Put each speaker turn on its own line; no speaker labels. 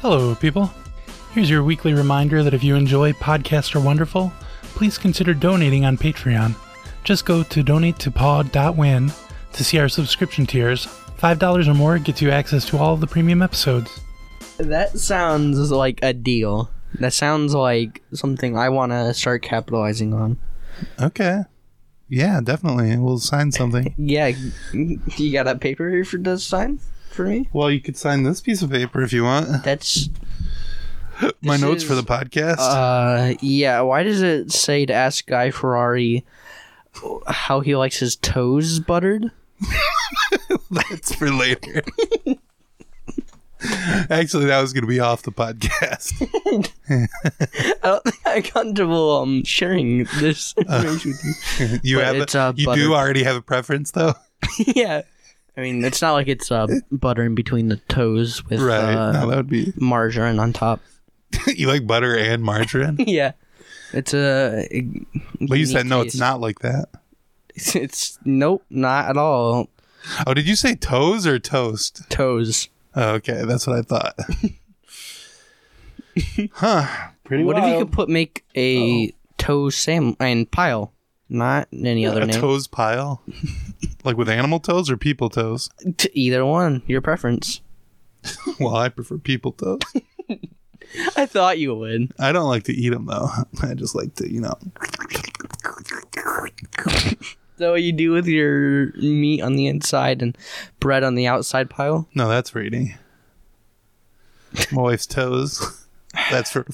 Hello, people. Here's your weekly reminder that if you enjoy Podcasts Are Wonderful, please consider donating on Patreon. Just go to donatetopod.win to see our subscription tiers. $5 or more gets you access to all of the premium episodes.
That sounds like a deal. That sounds like something I want to start capitalizing on.
Okay. Yeah, definitely. We'll sign something.
Yeah, you got a paper here for this sign for me?
well, you could sign this piece of paper if you want.
That's
My
this
notes for the
is,
podcast.
uh yeah, why does it say to ask Guy Ferrari how he likes his toes buttered?
That's for later. Actually, that was going to be off the podcast.
I don't think I'm comfortable um sharing this
Uh.
information with
You
But
have a-
it's, uh,
you
buttered.
do already have a preference though,
you. yeah. I mean, it's not like it's uh, butter in between the toes with
right?
uh,
no, that would be
margarine on top.
you like butter and margarine.
yeah. It's a.
But you said no, it's not like that.
It's, nope, not at all.
Oh, did you say toes or toast?
Toes.
Oh, okay, that's what I thought. huh? Pretty.
What if you
wild.
could put make a toe sam and pile, not any other
a
name.
toes pile, like with animal toes or people toes?
T- either one, your preference.
Well, I prefer people toes.
I thought you would.
I don't like to eat them though. I just like to, you know,
Is that what you do with your meat on the inside and bread on the outside pile?
No, that's for eating. My wife's toes. That's for.